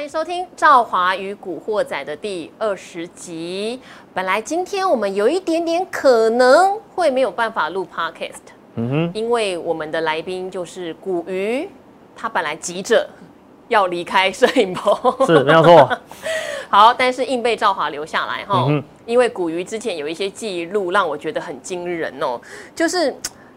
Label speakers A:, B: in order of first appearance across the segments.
A: 迎收听《赵华与古惑仔》的第二十集。本来今天我们有一点点可能会没有办法录 podcast，
B: 嗯哼，
A: 因为我们的来宾就是古鱼，他本来急着要离开摄影棚，
B: 是没有错，
A: 好，但是硬被赵华留下来哈、
B: 嗯哼
A: 因为古鱼之前有一些记录让我觉得很惊人哦，就是嘖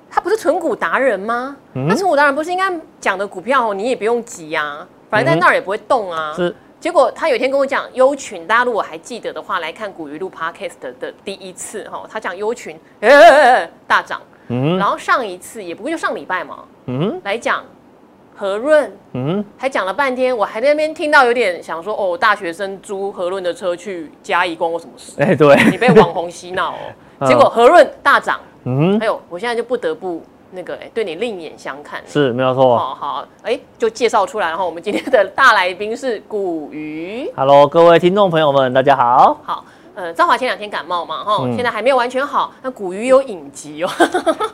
A: 他不是存股达人吗？
B: 嗯
A: 那存股达人不是应该讲的股票哦，你也不用急啊，反正在那儿也不会动啊。
B: 嗯是
A: 结果他有一天跟我讲优群，大家如果还记得的话，来看古鱼录 podcast 的的第一次哈、他讲优群，哎哎哎哎大涨，
B: 嗯
A: 然后上一次也不过就上礼拜嘛，
B: 嗯
A: 来讲和润，
B: 嗯，
A: 还讲了半天，我还在那边听到有点想说，哦，大学生租和润的车去嘉义关我什么事？
B: 哎、对，
A: 你被网红洗脑哦。
B: 嗯
A: 结果和润大涨，
B: 嗯
A: 哎呦，我现在就不得不那个哎、对你另眼相看。
B: 是没有错。
A: 哦，好，哎、就介绍出来，然后我们今天的大来宾是古鱼。
B: Hello，各位听众朋友们，大家好。
A: 好，呃，张华前两天感冒嘛，哈，
B: 嗯
A: 现在还没有完全好。那古鱼有隐疾哦，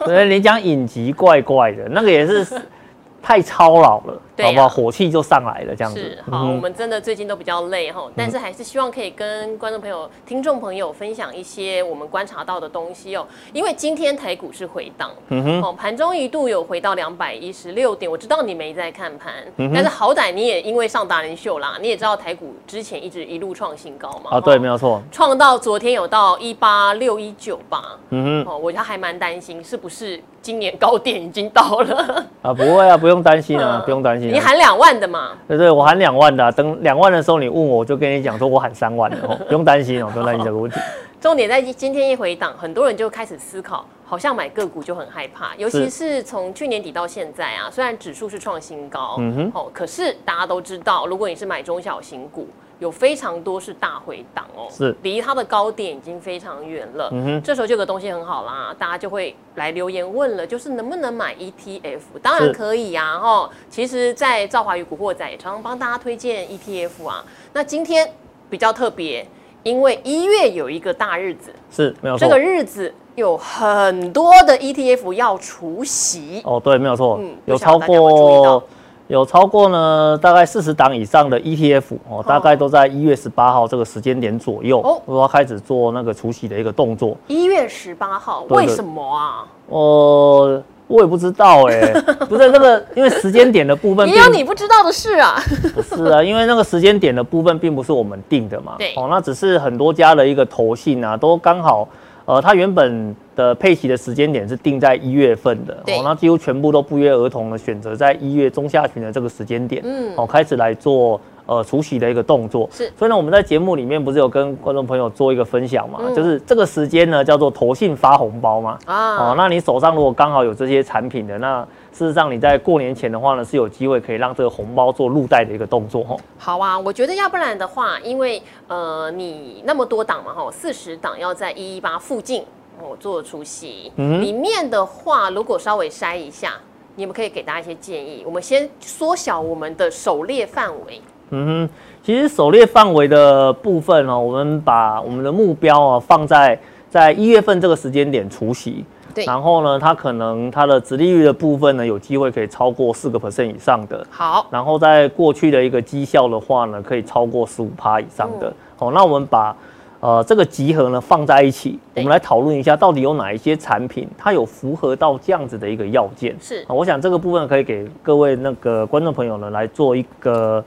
B: 所以你讲影集怪怪的，那个也是 太操劳了，
A: 对啊
B: 好不好？火气就上来了，这样
A: 是
B: 子。
A: 好，
B: 嗯
A: 我们真的最近都比较累哈，但是还是希望可以跟观众朋友、听众朋友分享一些我们观察到的东西哦。因为今天台股是回档，
B: 嗯哼，
A: 哦，盘中一度有回到两百一十六点，我知道你没在看盘，
B: 嗯
A: 但是好歹你也因为上达人秀啦，你也知道台股之前一直一路创新高嘛。
B: 啊，
A: 哦
B: 对，没有错。
A: 创到昨天有到一八六一九吧，
B: 嗯 哼，
A: 哦，我还蛮担心是不是今年高点已经到了，
B: 啊，不会啊，不用担心啊，
A: 嗯
B: 不用担心、
A: 你
B: 啊。
A: 喊两万的嘛，
B: 对对，我喊两万的啊、等两万的时候你问我，我就跟你讲说我喊三万的哦，不用担心哦，不用担心这个问题。
A: 重点在今天一回档，很多人就开始思考，好像买个股就很害怕，尤其是从去年底到现在啊，虽然指数是创新高，
B: 嗯哼
A: 哦，可是大家都知道，如果你是买中小型股，有非常多是大回档哦，
B: 是
A: 离它的高点已经非常远了。
B: 嗯哼，
A: 这时候就有个东西很好啦，大家就会来留言问了，就是能不能买 ETF？当然
B: 是
A: 可以呀、啊，吼。其实，在《赵华与古惑仔》也常常帮大家推荐 ETF 啊。那今天比较特别，因为一月有一个大日子，
B: 是没有
A: 这
B: 错
A: 个。日子有很多的 ETF 要除息，
B: 哦，对，没有错，
A: 嗯
B: 有
A: 不晓
B: 超
A: 得大家有没有注意到
B: 过有超过呢，大概四十档以上的 ETF 哦，大概都在一月十八号这个时间点左右，
A: 哦
B: 我要开始做那个除息的一个动作。
A: 一月十八号，
B: 对
A: 为
B: 对
A: 什么啊？
B: 哦，我也不知道哎、 不是那个，因为时间点的部分
A: 也有
B: 并
A: 你不知道的事啊。
B: 不是啊，因为那个时间点的部分并不是我们定的嘛。
A: 对
B: 哦，那只是很多家的一个投信啊，都刚好，呃，它原本的配齐的时间点是定在一月份的。
A: 对
B: 哦，那几乎全部都不约而同的选择在一月中下旬的这个时间点，
A: 嗯
B: 嗯，哦，开始来做。呃，除夕的一个动作
A: 是
B: 所以呢，我们在节目里面不是有跟观众朋友做一个分享嘛，
A: 嗯
B: 就是这个时间呢叫做投信发红包嘛，
A: 啊
B: 哦，那你手上如果刚好有这些产品的，那事实上你在过年前的话呢，是有机会可以让这个红包做入袋的一个动作哦。
A: 好啊，我觉得要不然的话，因为呃，你那么多档嘛，哈，四十档要在一一八附近哦做出席，
B: 嗯
A: 里面的话，如果稍微筛一下，你们可以给大家一些建议。我们先缩小我们的狩猎范围，
B: 嗯哼，其实狩猎范围的部分哦，我们把我们的目标啊放在在一月份这个时间点除夕。
A: 对
B: 然后呢，它可能它的殖利率的部分呢，有机会可以超过四个 percent 以上的。
A: 好，
B: 然后在过去的一个绩效的话呢，可以超过十五趴以上
A: 嗯
B: 的。好、那我们把呃这个集合呢放在一起，
A: 对
B: 我们来讨论一下到底有哪一些产品它有符合到这样子的一个要件。
A: 是
B: 啊我想这个部分可以给各位那个观众朋友呢来做一个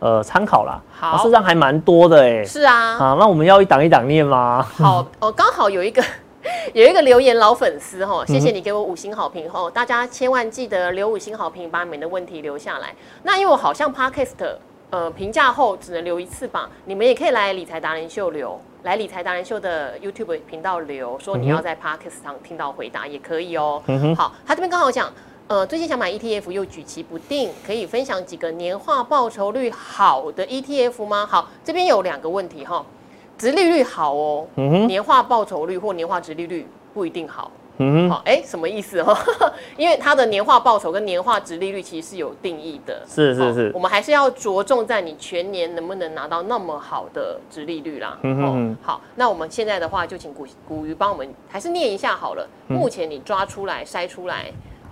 B: 呃参考啦。
A: 好
B: 啊事实上还蛮多的哎、
A: 是啊，
B: 啊，那我们要一档一档念吗？
A: 好，哦，刚好有一个 有一个留言老粉丝哈，谢谢你给我五星好评哦，大家千万记得留五星好评，把你们的问题留下来。那因为我好像 podcast 呃评价后只能留一次吧，你们也可以来理财达人秀留，来理财达人秀的 YouTube 频道留，说你要在 podcast 上听到回答也可以哦。好，他这边刚好讲。呃，最近想买 ETF 又举棋不定，可以分享几个年化报酬率好的 ETF 吗？好，这边有两个问题哈，殖利率好哦，
B: 嗯哼
A: 年化报酬率或年化殖利率不一定好。
B: 嗯哼，
A: 好，哎，什么意思哦？ 因为它的年化报酬跟年化殖利率其实是有定义的。
B: 是是
A: 哦
B: 是
A: 我们还是要着重在你全年能不能拿到那么好的殖利率啦。
B: 嗯哼嗯
A: 好，那我们现在的话就请古古鱼帮我们还是念一下好了。目前你抓出来筛出来，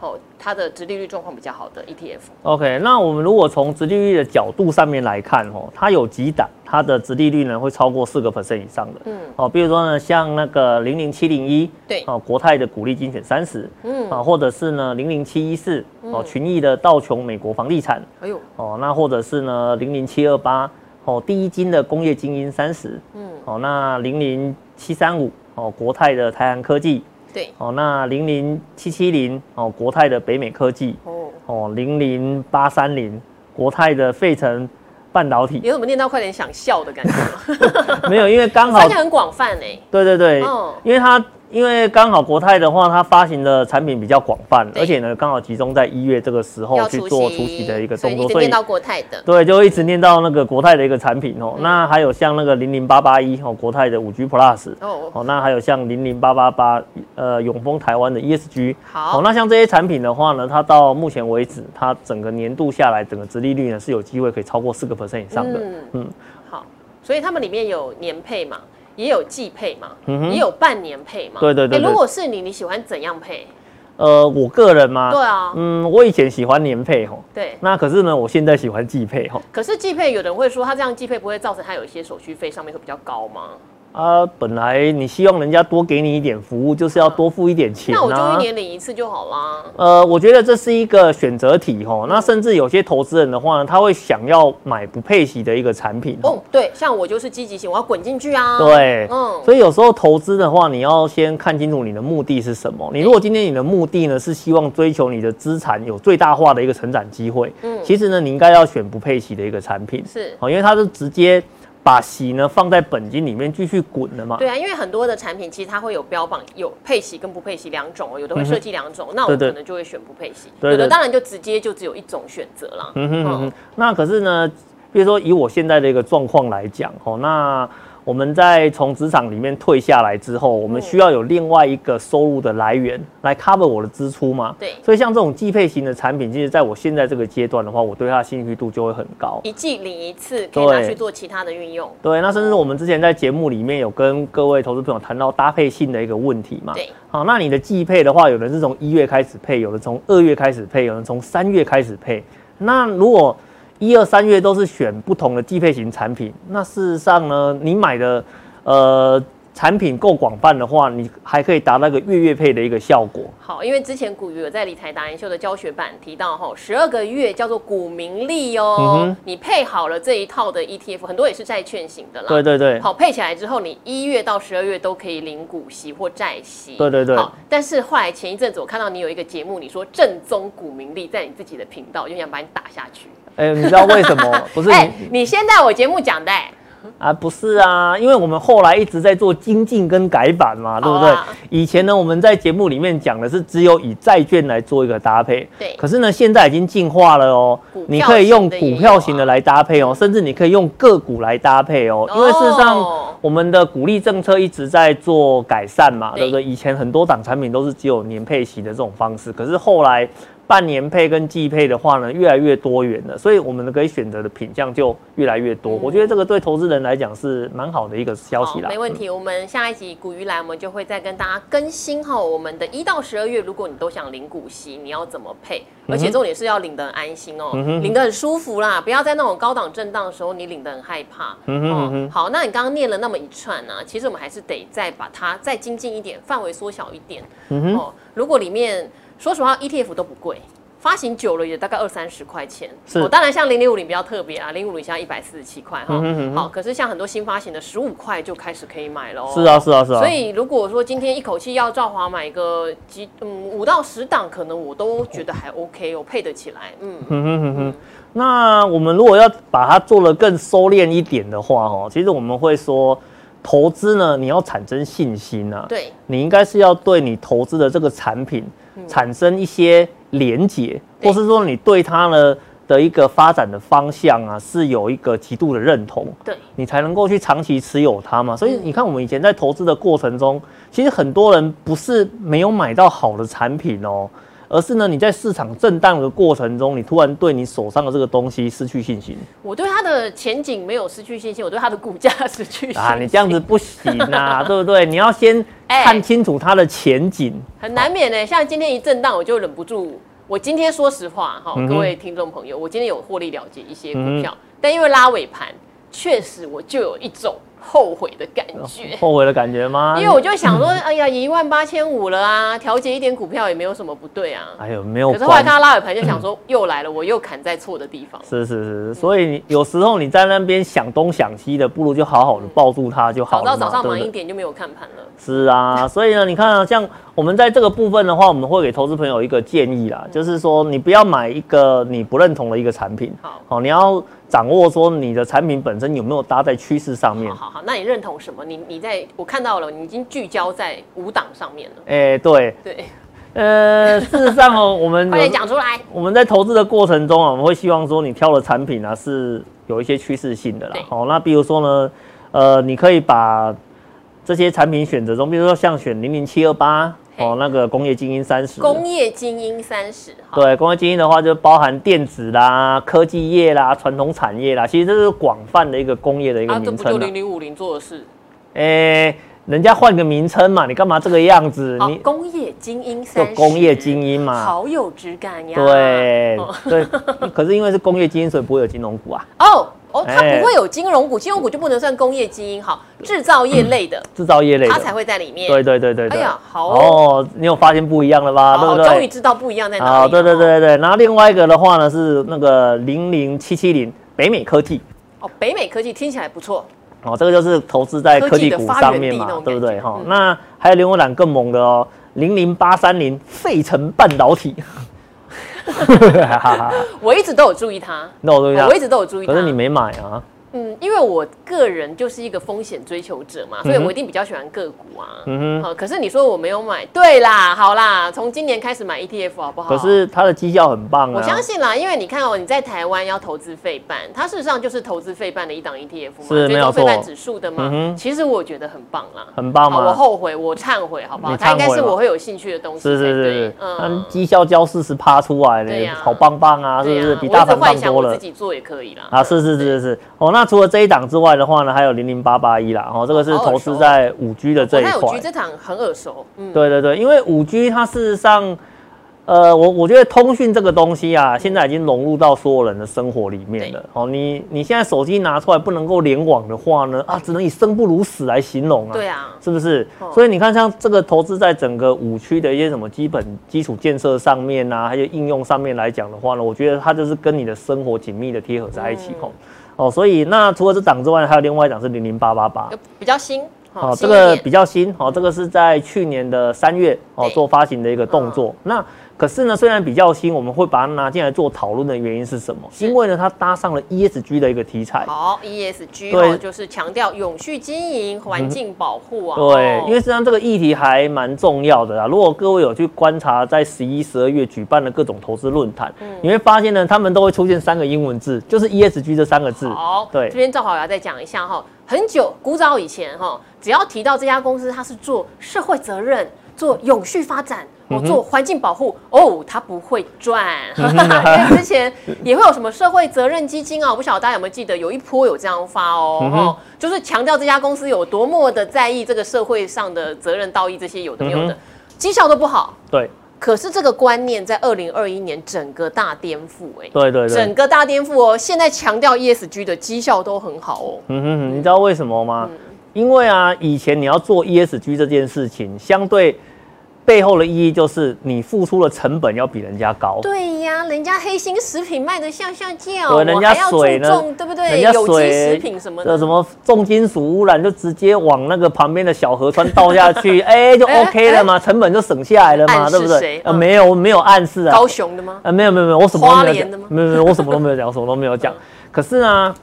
A: 哦，它的殖利率状况比较好的 E ETF。
B: OK，那我们如果从殖利率的角度上面来看，哦，它有几档，它的殖利率呢会超过四个 percent 以上的，嗯，哦，比如说呢，像那个零零七零一，
A: 对
B: 哦，国泰的股利精选三十，
A: 嗯
B: 嗯，啊，或者是呢零零七一四，哦，群益的道琼美国房地产，
A: 哎呦，
B: 哦，那或者是呢零零七二八，哦，第一金的工业精英三十，嗯，哦，那零零七三五，哦，国泰的台韩科技，
A: 对，
B: 哦，那零零七七零，哦，国泰的北美科技，
A: 哦，
B: 哦，零零八三零，国泰的费城半导体
A: 你有没有念到快点想笑的感觉吗？
B: 没有，因为刚好
A: 而且很广泛哎、
B: 对对对，
A: 嗯
B: 因为它因为刚好国泰的话，它发行的产品比较广泛，
A: 对
B: 而且呢刚好集中在一月这个时候
A: 要
B: 哦去
A: 除
B: 做
A: 夕
B: 除夕的一个
A: 所以
B: 动作，
A: 一直念到嗯国泰的，
B: 对，就一直念到那个国泰的一个产品哦。那还有像那个零零八八一哦，国泰的五 G Plus
A: 哦
B: 哦，那还有像零零八八八呃永丰台湾的 ESG。
A: 好
B: 哦那像这些产品的话呢，它到目前为止，它整个年度下来，整个殖利率呢是有机会可以超过四个 percent 以上的。
A: 嗯
B: 嗯
A: 好，所以他们里面有年配嘛，也有季配嘛，也有半年配嘛。
B: 嗯对对对
A: 诶
B: 对
A: 如果是你，你喜欢怎样配？
B: 呃，我个人嘛，
A: 对啊，
B: 嗯，我以前喜欢年配哦吼，
A: 对。
B: 那可是呢，我现在喜欢季配吼。
A: 可是季配，有的人会说，他这样季配不会造成他有一些手续费上面会比较高吗？
B: 啊，本来你希望人家多给你一点服务，就是要多付一点钱、啊。
A: 那我就一年领一次就好啦。
B: 呃，我觉得这是一个选择题吼。那甚至有些投资人的话呢，他会想要买不配息的一个产品。
A: 哦，对，像我就是积极型，我要滚进去啊。，
B: 对，
A: 嗯
B: 所以有时候投资的话，你要先看清楚你的目的是什么。
A: 嗯
B: 你如果今天你的目的呢是希望追求你的资产有最大化的一个成长机会，
A: 嗯
B: 其实呢你应该要选不配息的一个产品，
A: 是
B: 哦，因为它是直接把息呢放在本金里面继续滚的嘛。
A: 对啊，因为很多的产品其实它会有标榜有配息跟不配息两种哦，有的会设计两种，那我
B: 嗯对对
A: 可能就会选不配息，
B: 对
A: 有的
B: 对
A: 当然就直接就只有一种选择啦。
B: 嗯哼嗯
A: 嗯
B: 哼，那可是呢，比如说以我现在的一个状况来讲，哦，那我们在从职场里面退下来之后，我们需要有另外一个收入的来源来 cover 我的支出嘛？
A: 对
B: 所以像这种季配型的产品，其实在我现在这个阶段的话，我对它的兴趣度就会很高。
A: 一季领一次，可以拿
B: 对
A: 去做其他的运用。
B: 对，那甚至我们之前在节目里面有跟各位投资朋友谈到搭配性的一个问题嘛？
A: 对，
B: 好，那你的季配的话，有人是从一月开始配，有人从二月开始配，有人从三月开始配。那如果一二三月都是选不同的季配型产品，那事实上呢，你买的呃产品够广泛的话，你还可以达到一个月月配的一个效果。
A: 好，因为之前古鱼有在理财达人秀的教学版提到哈，十二个月叫做股民利哦，
B: 嗯
A: 你配好了这一套的 ETF，很多也是债券型的啦。
B: 对对对，
A: 好，配起来之后，你一月到十二月都可以领股息或债息。
B: 对对对
A: 好，但是后来前一阵子我看到你有一个节目，你说正宗股民利在你自己的频道，就想把你打下去。
B: 哎、你知道为 什么？不是你、
A: 哎、你先在我节目讲的、哎
B: 啊，不是啊，因为我们后来一直在做精进跟改版嘛，对不
A: 好
B: 对
A: 啊？
B: 以前呢，我们在节目里面讲的是只有以债券来做一个搭配，
A: 对
B: 可是呢，现在已经进化了哦
A: 股票，
B: 你可以用
A: 型的也
B: 股票
A: 有啊
B: 型的来搭配哦，甚至你可以用个股来搭配哦，因为事实上
A: 哦
B: 我们的股利政策一直在做改善嘛，
A: 对
B: 对不对？以前很多档产品都是只有年配息的这种方式，可是后来。半年配跟季配的话呢，越来越多元了，所以我们可以选择的品项就越来越多。我觉得这个对投资人来讲是蛮好的一个消
A: 好，
B: 息
A: 嗯
B: 啦。
A: 哦
B: 嗯
A: 没问题。我们下一集古鱼来，我们就会再跟大家更新哈。我们的一到十二月，如果你都想领股息，你要怎么配？
B: 嗯
A: 而且重点是要领得很安心哦，领得很舒服啦，不要在那种高档震荡的时候你领得很害怕。
B: 嗯
A: 哦，好，那你刚刚念了那么一串呢、其实我们还是得再把它再精进一点，范围缩小一点。
B: 嗯
A: 哦，如果里面说实话，ETF 都不贵。发行久了也大概二三十块钱，
B: 是嗯
A: 哦，当然像零零五零比较特别啊，零五零现在一百四十七块哈，好，可是像很多新发行的十五块就开始可以买了哦。
B: 是啊，是啊，是啊。
A: 所以如果说今天一口气要赵华买个几嗯五到十档，可能我都觉得还 OK 哦，配得起来，嗯，
B: 那我们如果要把它做得更收敛一点的话，哦，其实我们会说，投资呢，你要产生信心啊。
A: 对，
B: 你应该是要对你投资的这个产品产生一些连结，
A: 嗯对
B: 或是说你对它呢的一个发展的方向啊，是有一个极度的认同。
A: 对，
B: 你才能够去长期持有它嘛。所
A: 嗯
B: 以你看，我们以前在投资的过程中，其实很多人不是没有买到好的产品哦，而是呢你在市场震荡的过程中，你突然对你手上的这个东西失去信心
A: 我对它的前景没有失去信心，我对它的股价失去信心。
B: 啊，你这样子不行 啊，对不对？你要先
A: 哎
B: 看清楚它的前景。
A: 很难免呢、欸像今天一震荡，我就忍不住。我今天说实话哈，
B: 嗯哼嗯
A: 各位听众朋友，我今天有获利了结一些股票，但因为拉尾盘，确实我就有一种后悔的感觉。
B: 后悔的感觉吗？
A: 因为我就想说，
B: 嗯
A: 哎呀，一万八千五了啊，调节一点股票也没有什么不对啊。
B: 哎呦，没有
A: 可是后来
B: 关
A: 看。到拉尾盘，就想说又来了，我又砍在错的地方。
B: 是是是，所以你有时候你在那边想东想西的，不如就好好的抱住它就好
A: 早
B: 了嘛，
A: 到早上
B: 对不
A: 忙
B: 对
A: 一点就没有看盘了。
B: 是啊，所以呢，你看、啊，像我们在这个部分的话，我们会给投资朋友一个建议
A: 嗯
B: 啦，就是说你不要买一个你不认同的一个产品，
A: 好
B: 哦，你要掌握说你的产品本身有没有搭在趋势上面
A: 好。好好，那你认同什么？你你在我看到了，你已经聚焦在五档上面了。
B: 哎、对，
A: 对，
B: 呃，事实上哦，我们有
A: 快点讲出来。
B: 我们在投资的过程中啊，我们会希望说你挑的产品啊是有一些趋势性的啦
A: 对。
B: 好、那比如说呢，呃，你可以把这些产品选择中，比如说像选零零七二八
A: 嘿
B: 哦，那个工业精英三十，
A: 工业精英三十，好，
B: 对，工业精英的话就包含电子啦、科技业啦、传统产业啦，其实这是广泛的一个工业的一个
A: 啊，这
B: 名
A: 不就
B: 称啦
A: 零。零五零做的事？
B: 诶、人家换个名称嘛，你干嘛这个样子？
A: 好，
B: 你
A: 工业精英
B: 就
A: 三十，
B: 工业精英嘛。
A: 好有质感呀。
B: 对
A: 哦
B: 对，可是因为是工业精英，所以不会有金融股啊。
A: 哦哦，它
B: 哎
A: 不会有金融股，金融股就不能算工业精英，好，制造业类的，
B: 制造业类的，
A: 它才会在里面。
B: 对对对对对。
A: 哎呀好
B: 哦，你有发现不一样了吧？
A: 好，好
B: 对不对？
A: 哦终于知道不一样在哪里。
B: 好，啊对对
A: 哦，
B: 对对。然后另外一个的话呢是那个零零七七零北美科技，
A: 哦，北美科技听起来不错，
B: 哦，这个就是投资在科技股
A: 科技的发
B: 上面
A: 源地那
B: 嘛
A: 种，
B: 对不对？
A: 感觉
B: 哈、
A: 嗯
B: 那还有另外两个更猛的哦，零零八三零费城半导体。 哈哈哈！
A: 我一直都有注意它，
B: 那我问一下
A: 我，一直都有注意它。
B: 啊可是你没买啊？
A: 嗯，因为我个人就是一个风险追求者嘛，所以
B: 嗯哼
A: 我一定比较喜欢个股啊。
B: 嗯
A: 嗯可是你说我没有买，对啦，好啦，从今年开始买 ETF 好不好？
B: 可是它的绩效很棒啊。
A: 我相信啦，因为你看哦，你在台湾要投资费半，它事实上就是投资费半的一档 ETF 嘛，
B: 是没有错
A: 费半指数的嘛。
B: 嗯哼
A: 其实我觉得很棒啦，
B: 很
A: 好
B: 棒嘛。
A: 啊哦我后悔，我忏悔，好不好？
B: 你
A: 它应该
B: 忏悔
A: 是
B: 嘛
A: 我会有兴趣的东西才
B: 是
A: 对。
B: 是是是，那
A: 嗯，
B: 绩效交四十趴出来
A: 对
B: 呢
A: 呀，
B: 好棒棒啊，是
A: 对
B: 不
A: 呀
B: 是？比
A: 我
B: 大
A: 一
B: 盘
A: 直幻
B: 棒
A: 想
B: 多
A: 我自
B: 了。
A: 己做也可以啦。
B: 啊，是是是是哦。那除了这一档之外的话呢，还有零零八八一啦，哦，这个是
A: 好耳
B: 投资
A: 熟
B: 在五 G 的这
A: 我
B: 一
A: 看有
B: 块
A: 局。这场很耳熟，嗯，
B: 对对对，因为五 G 它事实上，呃，我我觉得通讯这个东西啊，现在已经融入到所有人的生活里面了。哦，你你现在手机拿出来不能够联网的话呢，啊，只能以生不如死来形容啊。
A: 对啊，
B: 是不是？
A: 哦
B: 所以你看，像这个投资在整个五区的一些什么基本基础建设上面啊，还有应用上面来讲的话呢，我觉得它就是跟你的生活紧密的贴合在一起
A: 嗯
B: 吼。哦，所以那除了这档之外，还有另外一档是零零八八八
A: 有，比较新。
B: 哦，
A: 哦新
B: 这
A: 一
B: 个
A: 点
B: 比较新，哦，这个是在去年的三月哦
A: 对
B: 做发行的一个动作。那可是呢，虽然比较新，我们会把它拿进来做讨论的原因是什么？因为呢，它搭上了 ESG 的一个题材。
A: 好，ESG
B: 对嗯
A: 哦，就是强调永续经营、环境保护啊。
B: 对
A: 哦，
B: 因为实际上这个议题还蛮重要的啦。如果各位有去观察，在十一、十二月举办的各种投资论
A: 嗯
B: 坛，你会发现呢，他们都会出现三个英文字，就是 ESG 这三个字。
A: 好，
B: 嗯对
A: 这边赵好要再讲一下哈，很久古早以前哈，只要提到这家公司，它是做社会责任、做永续发展。
B: 嗯
A: 哦，做环境保护哦，它不会赚， 因为之前也会有什么社会责任基金啊，我不晓得大家有没有记得，有一波有这样发哦，
B: 嗯
A: 哦，就是强调这家公司有多么的在意这个社会上的责任、道义这些有的没有的
B: 嗯哼，
A: 绩效都不好，
B: 对
A: 可是这个观念在二零二一年整个大颠覆、哎，
B: 对对对
A: 整。个大颠覆哦！现在强调 ESG 的绩效都很好哦，
B: 嗯哼哼，你知道为什么吗？
A: 嗯
B: 因为啊，以前你要做 ESG 这件事情，相对背后的意义就是你付出的成本要比人家高。
A: 对呀，人家黑心食品卖的像像叫，
B: 对
A: 我
B: 人家
A: 还要注
B: 水呢
A: 重，对不
B: 人
A: 对？
B: 家
A: 有机
B: 水
A: 食品什么
B: 呃
A: 的，
B: 什么重金属污染就直接往那个旁边的小河川倒下去，哎、就
A: 哎
B: OK 了嘛，成本就省下来了
A: 暗
B: 嘛，
A: 示
B: 对不对
A: 谁？
B: 呃，
A: 嗯
B: 没有没有暗示啊，
A: 高雄的吗？
B: 呃没有没有没有，我什么都
A: 花
B: 没有
A: 莲
B: 讲
A: 的吗，
B: 没有没有，我什么都没有讲，我什么都没 有讲。可是呢，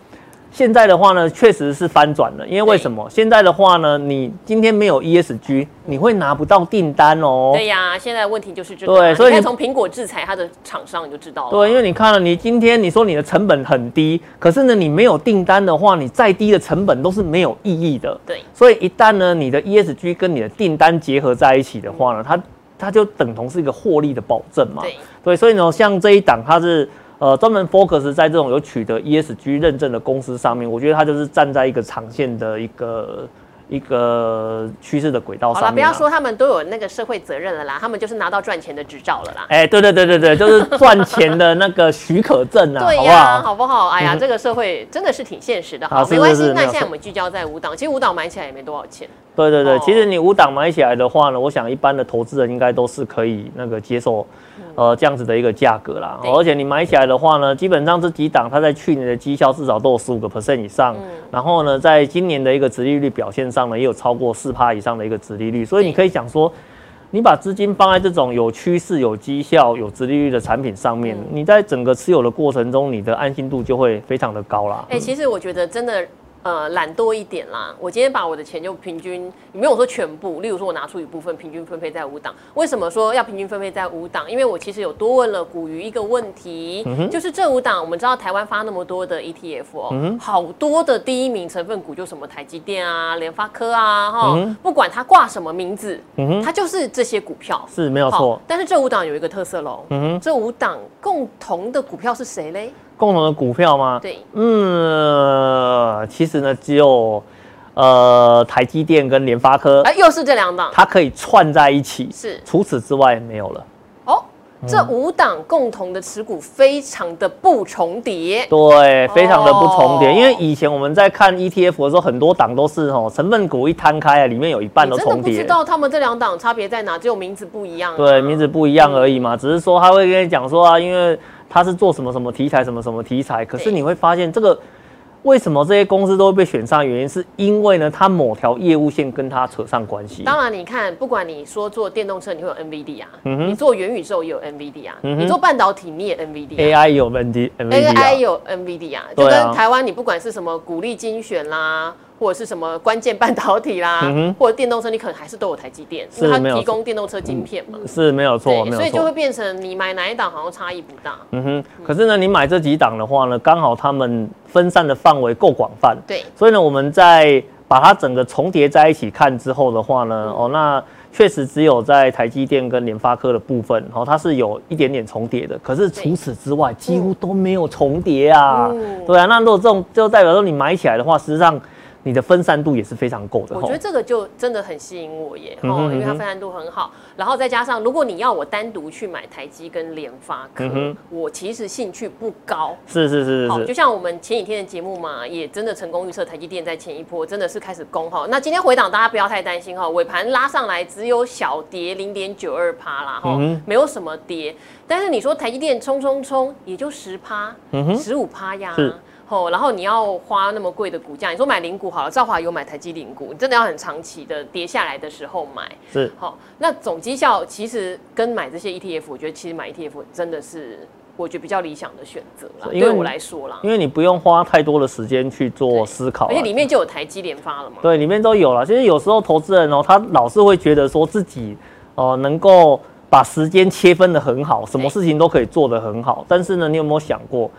B: 现在的话呢，确实是翻转了，因为为什么？现在的话呢，你今天没有 ESG，你会拿不到订单哦。
A: 对呀，现在问题就是这个啊。
B: 对所
A: 你
B: 以
A: 看
B: 你
A: 从苹果制裁它的厂商，你就知道了。
B: 对，因为你看了，你今天你说你的成本很低，可是呢，你没有订单的话，你再低的成本都是没有意义的。
A: 对
B: E 所以一旦呢，你的 ESG 跟你的订单结合在一起的话呢，它它就等同是一个获利的保证嘛。
A: 对，
B: 对，所以呢，像这一档它是呃专门 focus 在这种有取得 ESG 认证的公司上面，我觉得它就是站在一个长线的一个一个趋势的轨道
A: 好了，
B: 上
A: 不
B: 面、啊。
A: 要说他们都有那个社会责任了啦，他们就是拿到赚钱的执照了啦。
B: 哎、对对对对对，就是赚钱的那个许可证啊，
A: 对
B: 好不
A: 呀，
B: 好？
A: 好不好？哎呀，这个社会真的是挺现实的。
B: 啊
A: 好，
B: 是
A: 没关
B: 是
A: 系
B: 是。没
A: 那
B: 有
A: 现在
B: 错
A: 我们聚焦在舞蹈，其实舞蹈买起来也没多少钱。
B: 对对对，
A: 哦
B: 其实你五档买起来的话呢，我想一般的投资人应该都是可以那个接受，呃，这样子的一个价格啦。
A: 嗯
B: 哦
A: 对
B: 而且你买起来的话呢，基本上这几档它在去年的绩效至少都有十五个 percent 以上，
A: 嗯
B: 然后呢，在今年的一个殖利率表现上呢，也有超过四趴以上的一个殖利率，所以你可以想说。你把资金放在这种有趋势、有绩效、有殖利率的产品上面，
A: 嗯
B: 你在整个持有的过程中，你的安心度就会非常的高啦。
A: 哎、其实我觉得真的，呃，懒多一点啦。我今天把我的钱就平均，没有说全部，例如说我拿出一部分平均分配在五档。为什么说要平均分配在五档？因为我其实有多问了古鱼一个问题，
B: 嗯
A: 就是这五档，我们知道台湾发那么多的 ETF 哦，
B: 嗯
A: 好多的第一名成分股就什么台积电啊、联发科啊，哈、
B: 嗯
A: 不管它挂什么名字，它就是这些股票。
B: 是嗯没有错嗯
A: 好。但是这五档有一个特色喽，这五档共同的股票是谁嘞？
B: 共同的股票吗？
A: 对，
B: 嗯，其实呢，只有呃台积电跟联发科，
A: 哎、又是这两档，
B: 它可以串在一起。
A: 是
B: 除此之外没有了。
A: 哦，
B: 嗯
A: 这五档共同的持股非常的不重叠。
B: 对，非常的不重叠，
A: 哦
B: 因为以前我们在看 ETF 的时候，很多档都是哦，成分股一摊开啊，里面有一半
A: 你
B: 都
A: 真的
B: 重
A: 不知
B: 叠。
A: 道他们这两档差别在哪，只有名字不一样、啊。
B: 对，名字不一样而已
A: 嗯
B: 嘛，只是说他会跟你讲说啊，因为他是做什么什么题材，什么什么题材，可是
A: 对
B: 你会发现这个。为什么这些公司都会被选上？原因是因为呢，它某条业务线跟它扯上关系。
A: 当然，你看，不管你说做电动车，你会有 NVD 啊，
B: 嗯
A: 你做元宇宙也有 NVD 啊，你做半导体你也 NVD 啊。
B: AI 有问题
A: AI
B: ，NVIDIA
A: 有 NVD 啊，就
B: 对啊
A: 跟台湾你不管是什么股利精选啦，或者是什么关键半导体啦，或者电动车，你可能还是都有台积电，因为
B: 嗯是
A: 它
B: 没有
A: 提供电动车晶片嘛。
B: 是没有错，
A: 对，
B: 没
A: 所
B: 有
A: 以就会
B: 错。
A: 变成你买哪一档好像差异不大。
B: 嗯哼，可是呢，你买这几档的话呢，刚好他们分散的范围够广泛，
A: 对。
B: 所以呢，我们在把它整个重叠在一起看之后的话
A: 嗯
B: 呢，哦，那确实只有在台积电跟联发科的部分，哦，它是有一点点重叠的，可是除此之外几乎都没有重叠啊。
A: 嗯
B: 对啊，那如果这种就代表说你买起来的话，实际上你的分散度也是非常够的。
A: 我
B: 吼
A: 觉得这个就真的很吸引我耶，
B: 嗯哼
A: 哦，因为它
B: 嗯哼
A: 分散度很好，然后再加上如果你要我单独去买台积跟联发科
B: 嗯哼，
A: 我其实兴趣不高。
B: 是是是
A: 好，
B: 是，
A: 就是像我们前几天的节目嘛，也真的成功预测台积电在前一波真的是开始攻哈。那今天回档大家不要太担心哈，尾盘拉上来只有小跌零点九二趴啦
B: 嗯
A: 哈，没有什么跌。但是你说台积电冲冲冲也就十趴、十五趴呀
B: 嗯是。
A: 哦，然后你要花那么贵的股价，你说买零股好了，兆华有买台积零股，你真的要很长期的跌下来的时候买。
B: 是
A: 好、那总绩效其实跟买这些 ETF，我觉得其实买 ETF 真的是我觉得比较理想的选择啦，
B: 是因为
A: 对我
B: 你
A: 来说啦，
B: 因为你不用花太多的时间去做思考啊，
A: 而且里面就有台积联发了嘛。
B: 对，里面都有了。其实有时候投资人哦，他老是会觉得说自己哦、呃能够把时间切分的很好，什么事情都可以做得很好。但是呢，你有没有想过，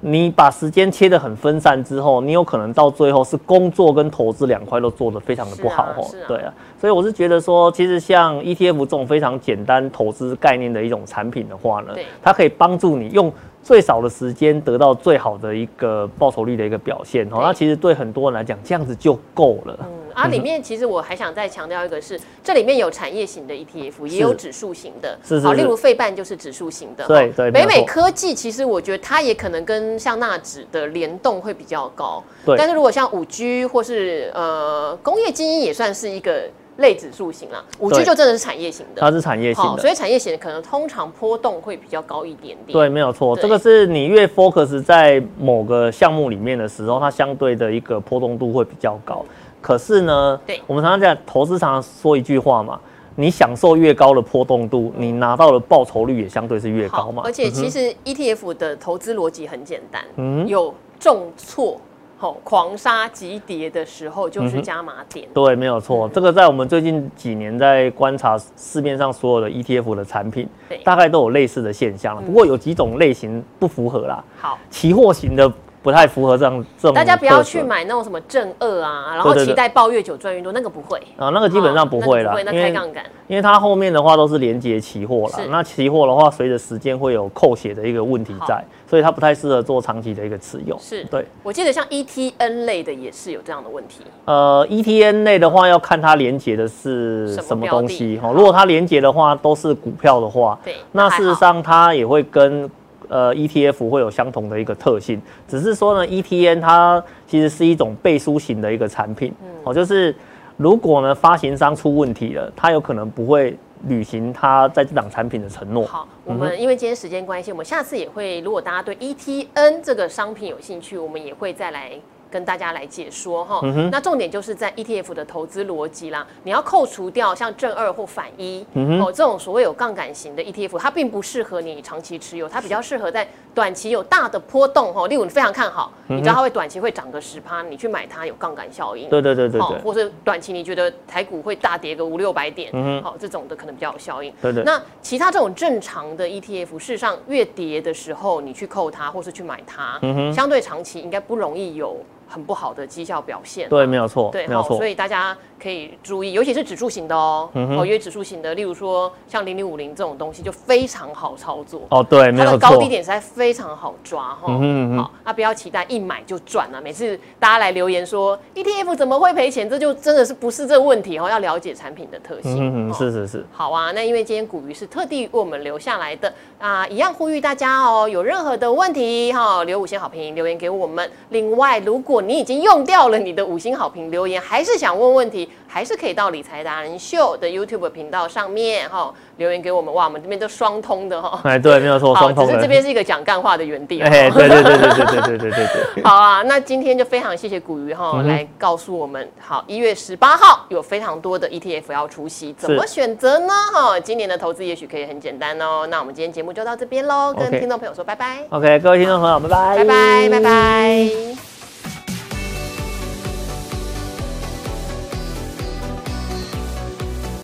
B: 你把时间切得很分散之后，你有可能到最后是工作跟投资两块都做得非常的不好哦。
A: 是啊是啊
B: 对啊，所以我是觉得说，其实像 ETF 这种非常简单投资概念的一种产品的话呢
A: 对，
B: 它可以帮助你用。最少的时间得到最好的一个报酬率的一个表现哦，
A: 对
B: 那其实对很多人来讲，这样子就够了。
A: 嗯啊，里面其实我还想再强调一个是，这里面有产业型的 ETF，也有指数型的。
B: 是是
A: 好，
B: 是
A: 例如费半就是指数型的。
B: 对
A: 哦
B: 对没
A: 北
B: 有
A: 美
B: 错
A: 科技其实我觉得它也可能跟像纳指的联动会比较高。
B: 对
A: 但是如果像五 G 或是呃工业精英也算是一个类指数型啦，五 G
B: 对
A: 就真的是产业型的。
B: 它是产业型
A: 好，
B: 的。
A: 所以产业型的可能通常波动会比较高一点点。
B: 对，没有错，
A: 对
B: 这个是你越 focus 在某个项目里面的时候，它相对的一个波动度会比较高。可是呢，
A: 对
B: 我们常常讲投资，常常说一句话嘛，你享受越高的波动度，你拿到的报酬率也相对是越
A: 好
B: 高，嘛。嗯
A: 而且其实 ETF 的投资逻辑很简单，有重挫、好、狂杀急跌的时候就是加码点。
B: 嗯对，没有
A: 嗯
B: 错，这个在我们最近几年在观察市面上所有的 ETF 的产品
A: 对，嗯
B: 大概都有类似的现象了。不过有几种类型不符合啦，
A: 好，
B: 期货型的不太符合这样这种特
A: 大
B: 色。
A: 家不要去买那种什么正二啊，然后
B: 嗯对对对
A: 期待抱月酒赚越多，那个不会，
B: 啊，那个基本上不会啦，
A: 哦那个不
B: 因
A: 会，那开
B: 为
A: 杠杆。
B: 因为它后面的话都是连接期货啦
A: 是。
B: 那期货的话，随着时间会有扣血的一个问题在
A: 好，
B: 所以它不太适合做长期的一个持有。
A: 是
B: 对，
A: 我记得像 ETN 类的也是有这样的问题，
B: 呃，ETN 类的话要看它连接的是
A: 什么
B: 什么
A: 标
B: 东
A: 的
B: 西哈。如果它连接的话都是股票的话，
A: 对
B: 那
A: 那
B: 事
A: 还
B: 实
A: 好
B: 上它也会跟呃 ETF 会有相同的一个特性，只是说呢，ETN 它其实是一种背书型的一个产品，
A: 嗯
B: 哦，就是如果呢发行商出问题了，它有可能不会履行它在这档产品的承诺。
A: 好，我们因为今天时间关系，我们下次也会，如果大家对 ETN 这个商品有兴趣，我们也会再来。跟大家来解说哈，
B: 嗯
A: 那重点就是在 ETF 的投资逻辑啦，你要扣除掉像正二或反一、
B: 嗯
A: 哦这种所谓有杠杆型的 ETF，它并不适合你长期持有，它比较适合在短期有大的波动哈、哦，例如你非常看好，
B: 嗯
A: 你知道它会短期会涨个十趴，你去买它有杠杆效应，
B: 对对对对
A: 好，
B: 对。
A: 或者短期你觉得台股会大跌个五六百点，
B: 嗯
A: 好、这种的可能比较有效应。
B: 对对
A: 那其他这种正常的 ETF，事实上越跌的时候，你去扣它或是去买它，
B: 嗯
A: 相对长期应该不容易有很不好的绩效表现。
B: 对，没有错，
A: 对，
B: 没有
A: 好，
B: 错嗯
A: 所。以大家可以注意，尤其是指数型的哦，哦，因为指数型的，例如说像零零五零这种东西就非常好操作。
B: 哦，对，没
A: 它的
B: 有错
A: 高。低点实在非常好抓哈，好、
B: 嗯哼
A: 那不要期待一买就赚啊了、每次大家来留言说 ETF 怎么会赔钱，这就真的是不是这问题哦，要了解产品的特性。
B: 嗯嗯，
A: 哦
B: 是是是。
A: 好啊，那因为今天古鱼是特地为我们留下来的啊、一样呼吁大家哦，有任何的问题哈、留五星好评留言给我们。另外，如果你已经用掉了你的五星好评留言，还是想问问题，还是可以到理财达人秀的 YouTube 频道上面哈、留言给我们。哇，我们这边都双通的哈、
B: 哎，对，没有错，
A: 好，
B: 双
A: 只
B: 通
A: 是
B: 的。
A: 这边是一个讲干话的园地、 哦。
B: 哎，对对对对对对对对对 对。
A: 好啊，那今天就非常谢谢古鱼
B: 嗯
A: 哈、来告诉我们，好，一月十八号有非常多的 ETF 要出席，怎么选择呢？哈、今年的投资也许可以很简单哦。那我们今天节目就到这边喽，跟
B: OK
A: 听众朋友说拜拜，
B: OK，各位听众朋友，拜拜，
A: 拜拜，拜。拜。